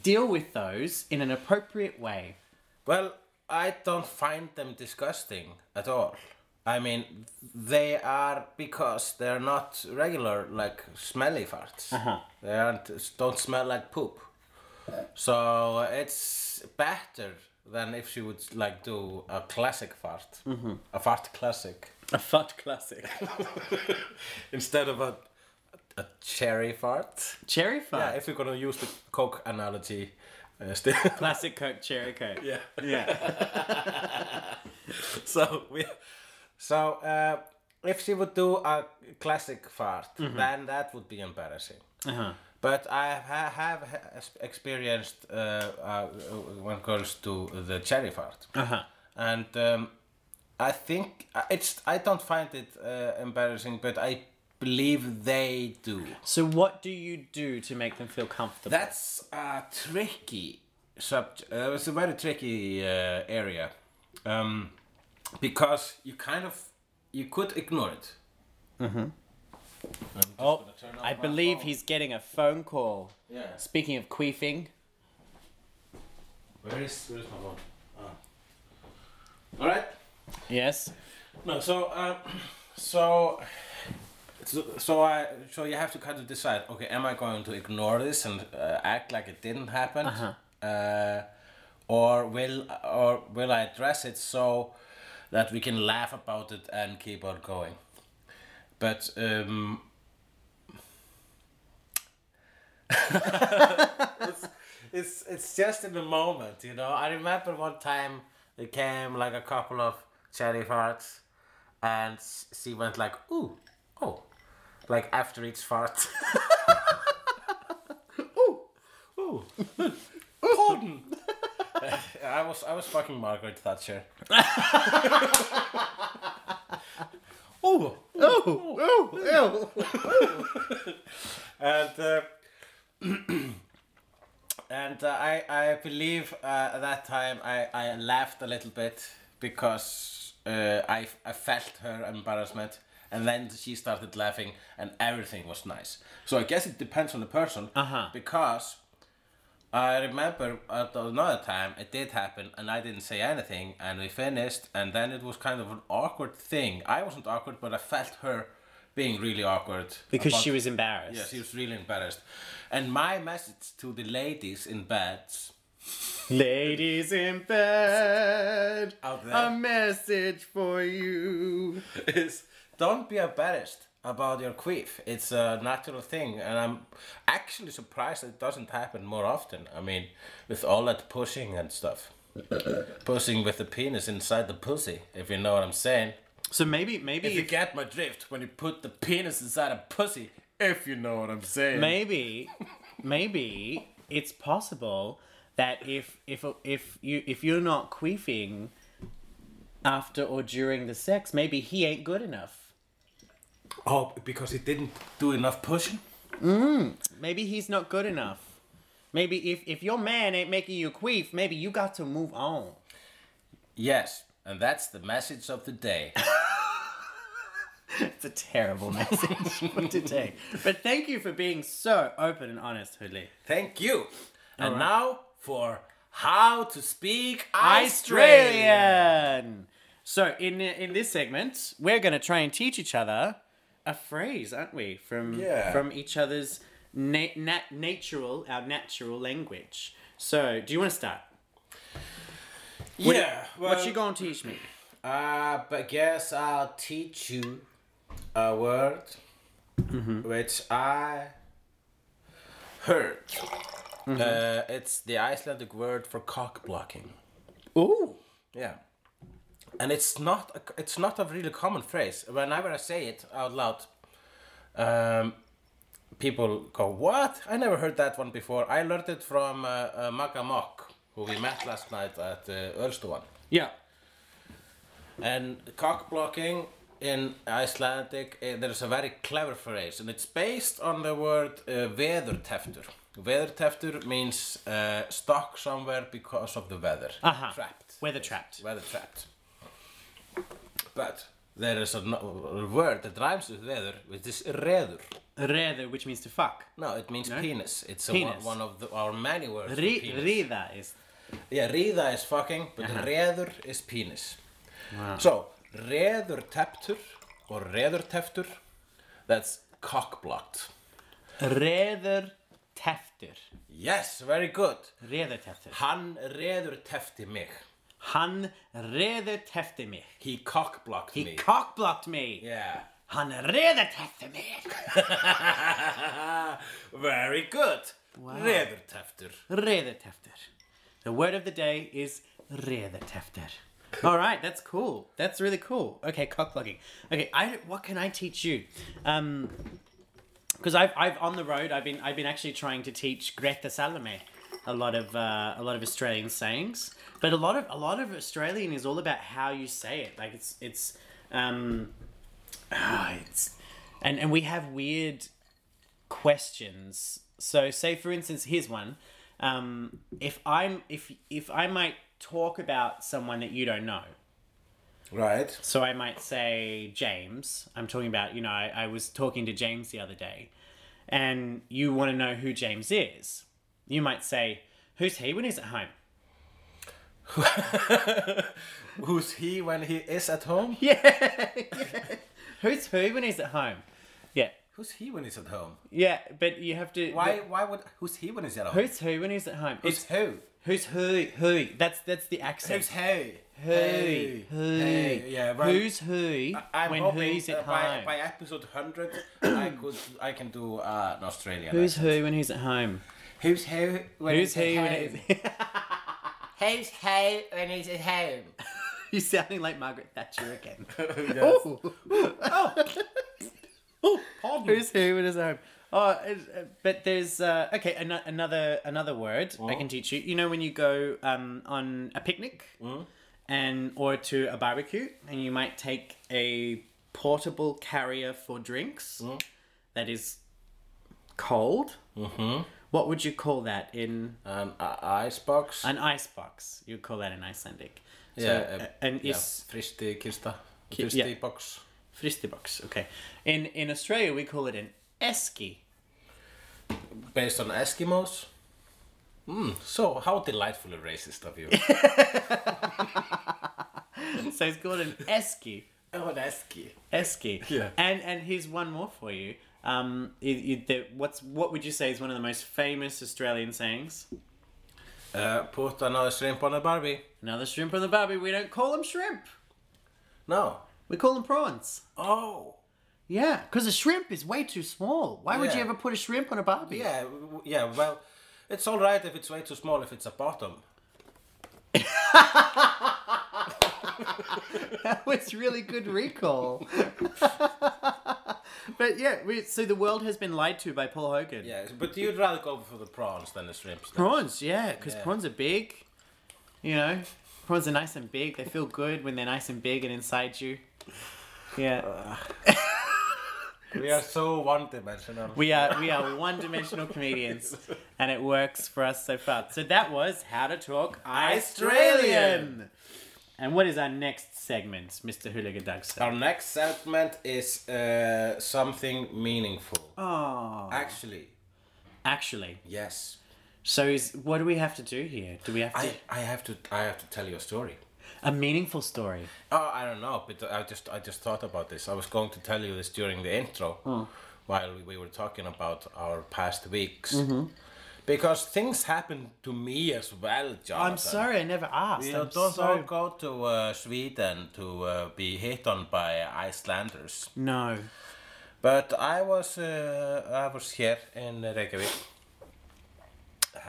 Speaker 3: deal with those in an appropriate way?
Speaker 2: Well, I don't find them disgusting at all. I mean, they are because they're not regular, like smelly farts. Uh-huh. They aren't, don't smell like poop. So it's better than if she would like do a classic fart, mm-hmm. a fart classic,
Speaker 3: A fart classic.
Speaker 2: instead of a a cherry fart.
Speaker 3: Cherry fart.
Speaker 2: Yeah, if you're gonna use the Coke analogy, uh, still.
Speaker 3: classic Coke cherry Coke.
Speaker 2: yeah.
Speaker 3: Yeah.
Speaker 2: so we so uh, if she would do a classic fart then that would be embarrassing
Speaker 3: Mm-hmm. Uh-huh.
Speaker 2: but i ha- have ha- experienced uh, uh, when girls do the cherry fart
Speaker 3: Uh-huh.
Speaker 2: and um, i think uh, it's i don't find it uh, embarrassing but i believe they do
Speaker 3: So what do you do to make them feel comfortable?
Speaker 2: that's a tricky subject. Uh, it's a very tricky uh, area um, because you kind of you could ignore it.
Speaker 3: oh,
Speaker 2: gonna turn off
Speaker 3: I
Speaker 2: my
Speaker 3: believe
Speaker 2: phone.
Speaker 3: he's getting a phone call.
Speaker 2: Yeah.
Speaker 3: Speaking of queefing,
Speaker 2: Where is where is my phone? Ah. All right.
Speaker 3: yes.
Speaker 2: No. So um, so. So, so I so you have to kind of decide. Okay, am I going to ignore this and uh, act like it didn't happen, uh or will or will I address it so that we can laugh about it and keep on going? But um, it's it's just in the moment, you know. I remember one time there came like a couple of cherry farts, and s- she went like, "Ooh, oh," like after each fart. ooh, ooh, pardon. I was I was fucking Margaret Thatcher. oh,
Speaker 3: Oh, oh, oh.
Speaker 2: and uh, and uh, I I believe uh, at that time I I laughed a little bit because uh, I I felt her embarrassment. And then she started laughing, and everything was nice. So I guess it depends on the person,
Speaker 3: Uh-huh.
Speaker 2: because I remember at another time it did happen, and I didn't say anything, and we finished, and then it was kind of an awkward thing. I wasn't awkward, but I felt her being really awkward
Speaker 3: Because
Speaker 2: about
Speaker 3: she was embarrassed.
Speaker 2: yeah, she was really embarrassed. And my message to the ladies in beds
Speaker 3: Ladies in bed,
Speaker 2: Out there.
Speaker 3: a message for you.
Speaker 2: is don't be embarrassed about your queef. It's a natural thing, and I'm actually surprised it doesn't happen more often. I mean, with all that pushing and stuff, pushing with the penis inside the pussy, if you know what I'm saying.
Speaker 3: So maybe maybe
Speaker 2: If you
Speaker 3: if,
Speaker 2: get my drift, when you put the penis inside a pussy, if you know what I'm saying.
Speaker 3: maybe maybe it's possible that if if if you if you're not queefing after or during the sex, maybe he ain't good enough.
Speaker 2: Oh, because he didn't do enough pushing?
Speaker 3: Maybe he's not good enough. Maybe if if your man ain't making you queef, maybe you got to move on.
Speaker 2: Yes, and that's the message of the day.
Speaker 3: It's a terrible message for today. But thank you for being so open and honest, Hoodley.
Speaker 2: Thank you. And now for how to speak Australian.
Speaker 3: Australian. So in in this segment, we're going to try and teach each other a phrase, aren't we? From
Speaker 2: Yeah.
Speaker 3: from each other's na- nat- natural our natural language. So, do you want to start?
Speaker 2: Yeah. Well,
Speaker 3: what you going to teach me?
Speaker 2: uh, but guess I'll teach you a word
Speaker 3: Mm-hmm.
Speaker 2: which I heard.
Speaker 3: Mm-hmm.
Speaker 2: Uh, it's the Icelandic word for cock blocking.
Speaker 3: Ooh.
Speaker 2: Yeah. And it's not a, it's not a really common phrase. Whenever I say it out loud, um, people go, "What? I never heard that one before." I learned it from uh, uh, Maga Mock, who we met last night at uh, Ölstuvan.
Speaker 3: Yeah.
Speaker 2: And cock blocking in Icelandic, uh, there's a very clever phrase, and it's based on the word uh, veðurteftur. Veðurteftur means uh, stuck somewhere because of the weather.
Speaker 3: Uh-huh.
Speaker 2: Trapped.
Speaker 3: Weather trapped.
Speaker 2: Weather trapped. But there is a, no- a word that rhymes with weather, which is reður.
Speaker 3: Reda, which means to fuck.
Speaker 2: No, it means penis. It's a
Speaker 3: Penis.
Speaker 2: One, one of the, our many words. for
Speaker 3: Ri- Uh-huh.
Speaker 2: penis.
Speaker 3: Rida is
Speaker 2: Yeah, ríða is fucking, but uh is penis. So, reður teptur or reður teftur, that's cock blocked.
Speaker 3: Reður teftur.
Speaker 2: Yes, very good.
Speaker 3: Reður teftur.
Speaker 2: Hann reður tefti mig.
Speaker 3: Hann reður tefti mig.
Speaker 2: He cock blocked
Speaker 3: He
Speaker 2: me.
Speaker 3: cockblocked me.
Speaker 2: yeah.
Speaker 3: Hann reður tefti mig.
Speaker 2: very good. Wow. Reður teftur.
Speaker 3: Reður teftur. The word of the day is reður teftur. All right, that's cool. That's really cool. Okay, cockblocking. Okay, I what can I teach you? Um, because I've, I've on the road I've been I've been actually trying to teach Greta Salome a lot of uh, a lot of Australian sayings, but a lot of a lot of Australian is all about how you say it. Like it's it's um, ah, it's and and we have weird questions. So say for instance, here's one. Um, if I'm if if I might talk about someone that you don't know,
Speaker 2: Right.
Speaker 3: so I might say, James, I'm talking about, you know, I, I was talking to James the other day, and you want to know who James is. You might say, Who's he when he's at home?
Speaker 2: Who's he when he is at home?
Speaker 3: Who's who when he's at home? Yeah.
Speaker 2: Who's he when he's at home?
Speaker 3: Yeah, but you have to.
Speaker 2: Why? Why would? Who's he when he's at home?
Speaker 3: Who's who when he's at home?
Speaker 2: Who's
Speaker 3: It's
Speaker 2: who?
Speaker 3: who's who? Who? That's that's the accent.
Speaker 2: Who's who? Who?
Speaker 3: Who? Who?
Speaker 2: Yeah. Right.
Speaker 3: Who's who
Speaker 2: I'm
Speaker 3: when
Speaker 2: hoping
Speaker 3: who's
Speaker 2: that
Speaker 3: at
Speaker 2: by,
Speaker 3: home?
Speaker 2: by episode 100, I could, I can do uh, an Australian.
Speaker 3: Who's
Speaker 2: accent.
Speaker 3: who when he's at home?
Speaker 2: Who's who? When
Speaker 3: Who's
Speaker 2: he's at
Speaker 3: who when
Speaker 2: home?
Speaker 3: he's.
Speaker 2: Who's who when he's at home?
Speaker 3: You're sounding like Margaret Thatcher again. Oh.
Speaker 2: Oh,
Speaker 3: Who's who in his home? Oh, it- uh, but there's uh, okay. An- another another word I
Speaker 2: Uh-huh.
Speaker 3: can teach you. You know when you go um, on a picnic
Speaker 2: Uh-huh.
Speaker 3: and or to a barbecue, and you might take a portable carrier for drinks
Speaker 2: Uh-huh.
Speaker 3: that is cold. Mm-hmm.
Speaker 2: Uh-huh.
Speaker 3: What would you call that in
Speaker 2: An uh, icebox.
Speaker 3: an icebox? You call that in Icelandic. So,
Speaker 2: yeah,
Speaker 3: uh, an
Speaker 2: yeah,
Speaker 3: is
Speaker 2: Fristi kista.
Speaker 3: Ki-
Speaker 2: Fristi
Speaker 3: yeah.
Speaker 2: box.
Speaker 3: box. Okay, in in Australia we call it an esky.
Speaker 2: Based on Eskimos. Mm, so, how delightfully racist of you.
Speaker 3: So it's called an esky.
Speaker 2: oh, an Eski.
Speaker 3: Esky.
Speaker 2: Yeah.
Speaker 3: And and here's one more for you. Um, you, you, the, what's what would you say is one of the most famous Australian sayings?
Speaker 2: Uh, put another shrimp on a Barbie.
Speaker 3: Another shrimp on the barbie. We don't call them shrimp.
Speaker 2: No.
Speaker 3: We call them prawns.
Speaker 2: Oh.
Speaker 3: Yeah, because a shrimp is way too small. Why would you
Speaker 2: Yeah.
Speaker 3: ever put a shrimp on a barbie?
Speaker 2: Yeah, w- w- yeah, well, it's alright if it's way too small if it's a bottom.
Speaker 3: that was really good recall. but yeah, we, so the world has been lied to by Paul Hogan.
Speaker 2: Yes, but you'd rather go for the prawns than the shrimps. then.
Speaker 3: Prawns, yeah, because prawns are big. You know, prawns are nice and big. They feel good when they're nice and big and inside you. Yeah,
Speaker 2: We are so one-dimensional.
Speaker 3: we are we are one-dimensional comedians, and it works for us so far. So that was how to talk Australian. And what is our next segment, Mr. Hooligan Dugster?
Speaker 2: Our next segment is uh, something meaningful.
Speaker 3: Oh,
Speaker 2: Actually,
Speaker 3: actually,
Speaker 2: yes.
Speaker 3: so is what do we have to do here? Do we have to
Speaker 2: I, I have to I have to tell you a story.
Speaker 3: a meaningful story?
Speaker 2: Oh, I don't know, but I just I just thought about this. I was going to tell you this during the intro, while we were talking about our past weeks, because things happened to me as well, Jonathan.
Speaker 3: I'm sorry, I never asked.
Speaker 2: You
Speaker 3: I'm
Speaker 2: don't all
Speaker 3: so...
Speaker 2: go to uh, Sweden to uh, be hit on by Icelanders.
Speaker 3: No.
Speaker 2: But I was uh, I was here in Reykjavik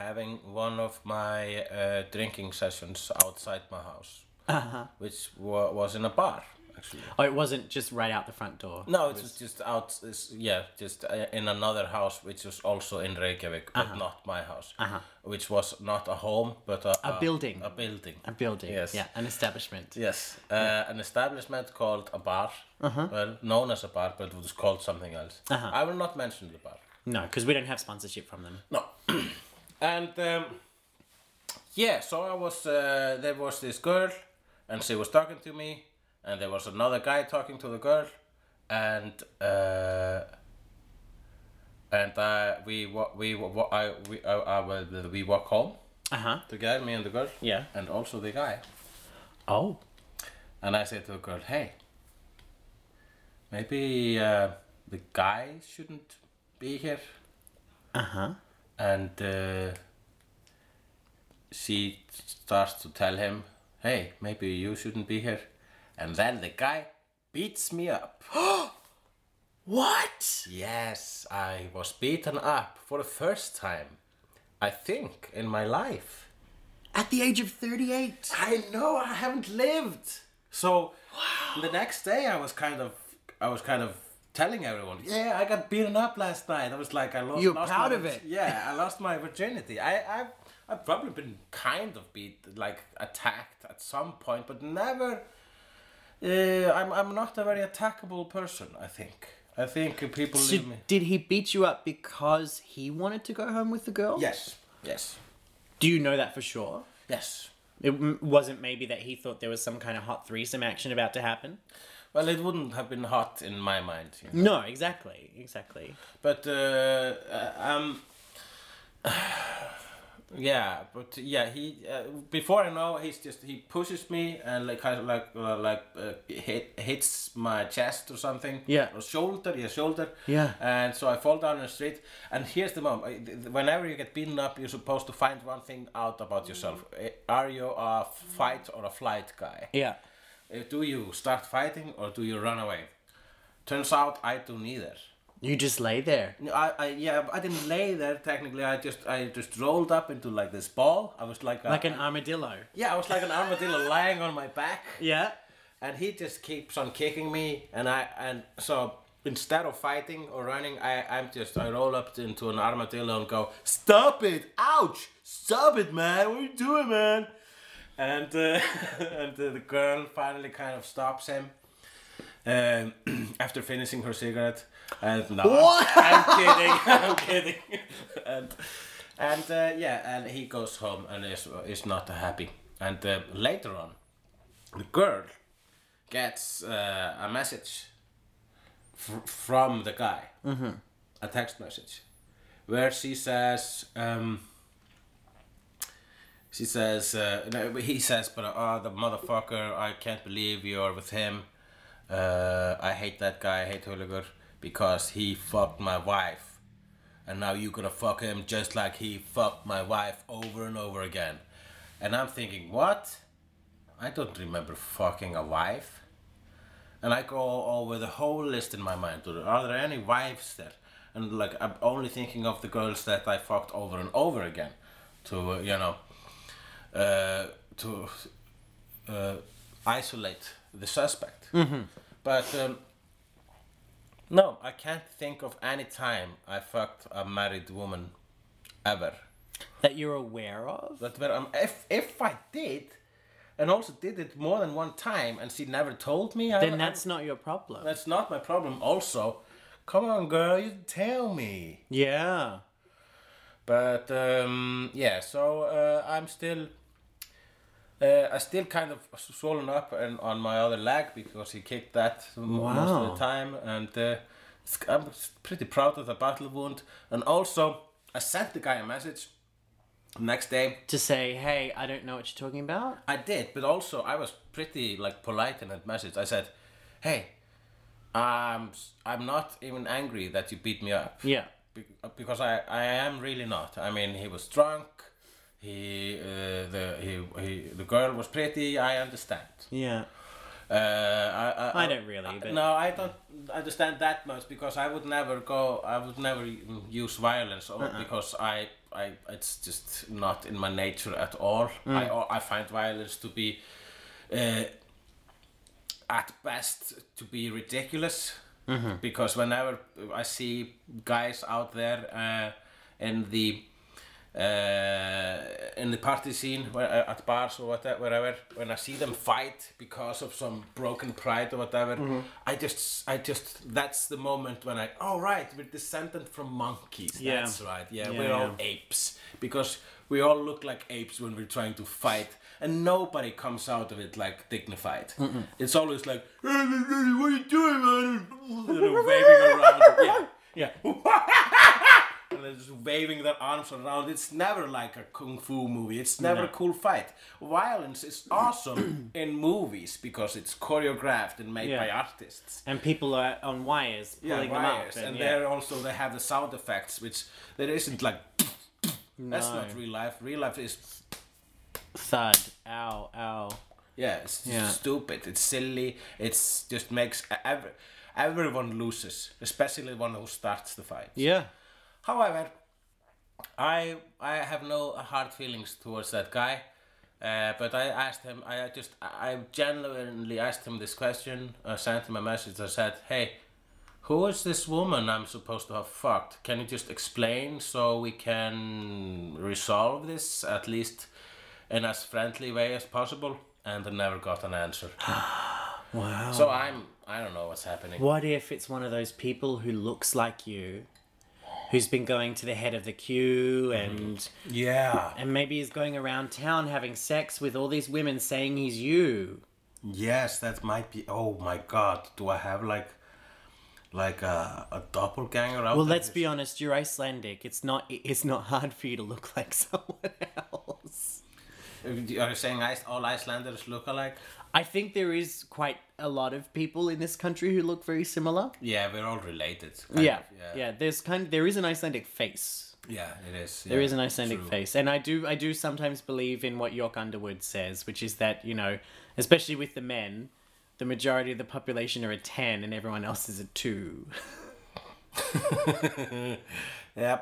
Speaker 2: having one of my uh, drinking sessions outside my house, uh-huh. which wa- was in a bar actually.
Speaker 3: Oh, it wasn't just right out the front door.
Speaker 2: No, it was just out. it's- Yeah, just uh, in another house, which was also in Reykjavik, but not my house, uh-huh. which was not a home but a,
Speaker 3: A building.
Speaker 2: A building.
Speaker 3: A building.
Speaker 2: Yes.
Speaker 3: Yeah, an establishment.
Speaker 2: Yes, uh, an establishment called a bar, well, known as a bar, but it was called something else. I will not mention the bar.
Speaker 3: No, because we don't have sponsorship from them.
Speaker 2: No. and um, yeah, so I was uh, there was this girl, and she was talking to me, and there was another guy talking to the girl, and uh, and uh, we wa- we wa- wa- I we I, I, wa- we walk home
Speaker 3: Uh huh.
Speaker 2: together, me and the girl.
Speaker 3: Yeah.
Speaker 2: And also the guy.
Speaker 3: Oh.
Speaker 2: And I said to the girl, hey, maybe uh, the guy shouldn't be here.
Speaker 3: Uh huh.
Speaker 2: And uh, she starts to tell him, hey, maybe you shouldn't be here. And then the guy beats me up.
Speaker 3: What?
Speaker 2: yes, I was beaten up for the first time, I think, in my life.
Speaker 3: At the age of 38.
Speaker 2: I know I haven't lived. So the next day I was kind of I was kind of telling everyone, yeah, I got beaten up last night. I was like, I lo- lost.
Speaker 3: You're
Speaker 2: my
Speaker 3: proud of
Speaker 2: virgi-
Speaker 3: it.
Speaker 2: Yeah, I lost my virginity. I I've I've probably been kind of beat like attacked at some point, but never. Uh, I'm I'm not a very attackable person. I think I think people
Speaker 3: So
Speaker 2: leave me.
Speaker 3: did he beat you up because he wanted to go home with the girl?
Speaker 2: Yes, yes,
Speaker 3: Do you know that for sure?
Speaker 2: yes.
Speaker 3: It m- wasn't maybe that he thought there was some kind of hot threesome action about to happen?
Speaker 2: Well, it wouldn't have been hot in my mind. You know?
Speaker 3: No, exactly. Exactly.
Speaker 2: But uh, uh, um, yeah, but yeah, he uh, before I know, he's just he pushes me and like kind of like uh, like uh, hit, hits my chest or something.
Speaker 3: Yeah.
Speaker 2: or shoulder, yeah, shoulder.
Speaker 3: Yeah.
Speaker 2: and so I fall down in the street. And here's the moment: I- th- th- whenever you get beaten up, you're supposed to find one thing out about yourself.
Speaker 3: Mm.
Speaker 2: Uh, Are you a fight or a flight guy?
Speaker 3: Yeah.
Speaker 2: Uh, Do you start fighting or do you run away? Turns out I do neither.
Speaker 3: You just lay there.
Speaker 2: No, I, I yeah, I didn't lay there technically. I just I just rolled up into like this ball. I was like a,
Speaker 3: Like an armadillo.
Speaker 2: yeah, I was like an armadillo lying on my back,
Speaker 3: Yeah.
Speaker 2: and he just keeps on kicking me, and I and so instead of fighting or running, I I'm just I roll up into an armadillo and go stop it, ouch, stop it, man, what are you doing, man? And uh, and uh, the girl finally kind of stops him. Um, after finishing her cigarette, and no,
Speaker 3: What?
Speaker 2: I'm kidding, I'm kidding, and and uh, yeah, and he goes home and is is not happy. And uh, later on, the girl gets uh, a message fr- from the guy, mm-hmm. a text message, where she says. Um, she says, uh, no, but he says, but oh, the motherfucker, I can't believe you're with him. Uh, I hate that guy, I hate Huliger, because he fucked my wife. And now you're gonna fuck him just like he fucked my wife over and over again. And I'm thinking, what? I don't remember fucking a wife. And I go over the whole list in my mind. Are there any wives there? And like, I'm only thinking of the girls that I fucked over and over again. To, uh, you know, uh, to uh, isolate the suspect. But um, no, I can't think of any time I fucked a married woman ever.
Speaker 3: That you're aware of?
Speaker 2: That where I'm, um, if if I did, and also did it more than one time, and she never told me, I,
Speaker 3: Then
Speaker 2: I'm-
Speaker 3: that's not your problem.
Speaker 2: that's not my problem. Also, come on, girl, you tell me.
Speaker 3: Yeah.
Speaker 2: but um, yeah so uh, i'm still uh, i still kind of s- swollen up and on my other leg because he kicked that m- most of
Speaker 3: Wow.
Speaker 2: the time and uh, s- i'm s- pretty proud of the battle wound and also i sent the guy a message next day
Speaker 3: To say, hey, I don't know what you're talking about.
Speaker 2: I did, but also I was pretty like polite in that message. I said, "Hey, I'm s- I'm not even angry that you beat me up.
Speaker 3: Yeah.
Speaker 2: Be- because I I am really not. I mean, he was drunk. He uh, the he, he the girl was pretty. I understand.
Speaker 3: Yeah.
Speaker 2: Uh, I, I
Speaker 3: I don't really,
Speaker 2: I-
Speaker 3: but-
Speaker 2: no, I don't understand that much because I would never go. I would never use violence or-
Speaker 3: Uh-uh.
Speaker 2: because I, I, it's just not in my nature at all.
Speaker 3: Mm.
Speaker 2: I, I find violence to be, uh, at best, to be ridiculous. Because whenever I see guys out there uh, in the uh, in the party scene where, uh, at bars or whatever, wherever, when I see them fight because of some broken pride or whatever, I just, I just, that's the moment when I, oh right, we're descendant from monkeys.
Speaker 3: Yeah.
Speaker 2: That's right. Yeah,
Speaker 3: Yeah,
Speaker 2: we're all
Speaker 3: yeah.
Speaker 2: apes because we all look like apes when we're trying to fight, and nobody comes out of it like dignified. It's always like, "Hey, what are you doing, man? You know, waving around. Yeah, yeah. and they're just waving their arms around. It's never like a kung fu movie. It's never a cool fight. Violence is awesome in movies because it's choreographed and made
Speaker 3: Yeah.
Speaker 2: by artists.
Speaker 3: And people are on wires pulling
Speaker 2: Yeah,
Speaker 3: them
Speaker 2: wires,
Speaker 3: up. And,
Speaker 2: and
Speaker 3: yeah.
Speaker 2: they're also they have the sound effects, which there isn't like. That's not real life. Real life is
Speaker 3: Thud. Ow, ow.
Speaker 2: yeah, it's just
Speaker 3: Yeah.
Speaker 2: stupid. It's silly. It's just makes ever everyone loses, especially the one who starts the fight.
Speaker 3: Yeah.
Speaker 2: However, I I have no hard feelings towards that guy, uh, but I asked him. I just I genuinely asked him this question. I sent him a message. I said, "Hey, who is this woman I'm supposed to have fucked? Can you just explain so we can resolve this at least in as friendly way as possible?" And I never got an answer.
Speaker 3: Wow.
Speaker 2: So I'm I don't know what's happening.
Speaker 3: What if it's one of those people who looks like you, who's been going to the head of the queue
Speaker 2: Mm-hmm.
Speaker 3: and
Speaker 2: Yeah.
Speaker 3: and maybe is going around town having sex with all these women saying he's you.
Speaker 2: Yes, that might be. Oh my God, do I have like, like a, a doppelganger out
Speaker 3: Well,
Speaker 2: there?
Speaker 3: let's be honest, you're Icelandic. It's not it's not hard for you to look like someone else.
Speaker 2: Are you saying Ice, all Icelanders look alike?
Speaker 3: I think there is quite a lot of people in this country who look very similar.
Speaker 2: Yeah, we're all related. kind
Speaker 3: Yeah.
Speaker 2: of,
Speaker 3: Yeah.
Speaker 2: yeah,
Speaker 3: there's kind there is an Icelandic face.
Speaker 2: yeah, it is.
Speaker 3: There
Speaker 2: yeah,
Speaker 3: is an Icelandic
Speaker 2: true.
Speaker 3: face, and I do I do sometimes believe in what York Underwood says, which is that you know, especially with the men, the majority of the population are a ten, and everyone else is a two.
Speaker 2: Yep,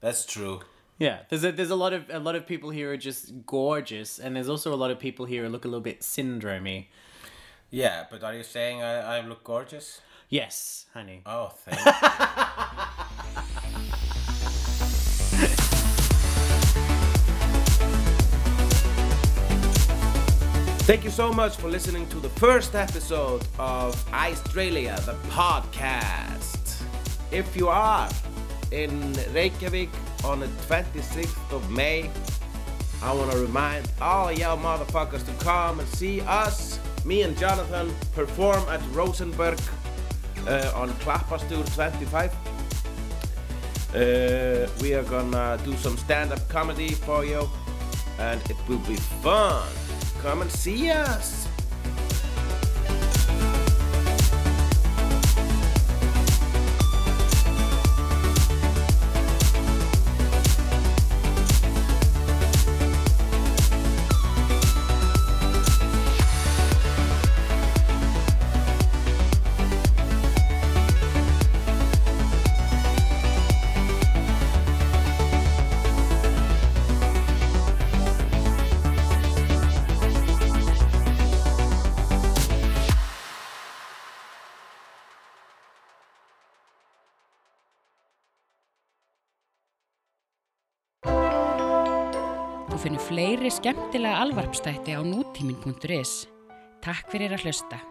Speaker 2: that's true.
Speaker 3: yeah, there's a, there's a lot of a lot of people here are just gorgeous, and there's also a lot of people here who look a little bit syndromey.
Speaker 2: Yeah, but are you saying I, I look gorgeous?
Speaker 3: Yes, honey.
Speaker 2: Oh, thank you. Thank you so much for listening to the first episode of Australia, the podcast. If you are in Reykjavik on the 26th of May, I want to remind all y'all motherfuckers to come and see us, me and Jonathan, perform at Rosenberg uh, on Klappastur 25. Uh, we are gonna do some stand-up comedy for you, and it will be fun. Come and see us.
Speaker 1: Þú finnur fleiri skemmtilega alvarpstætti á nútímin.is. Takk fyrir að hlusta.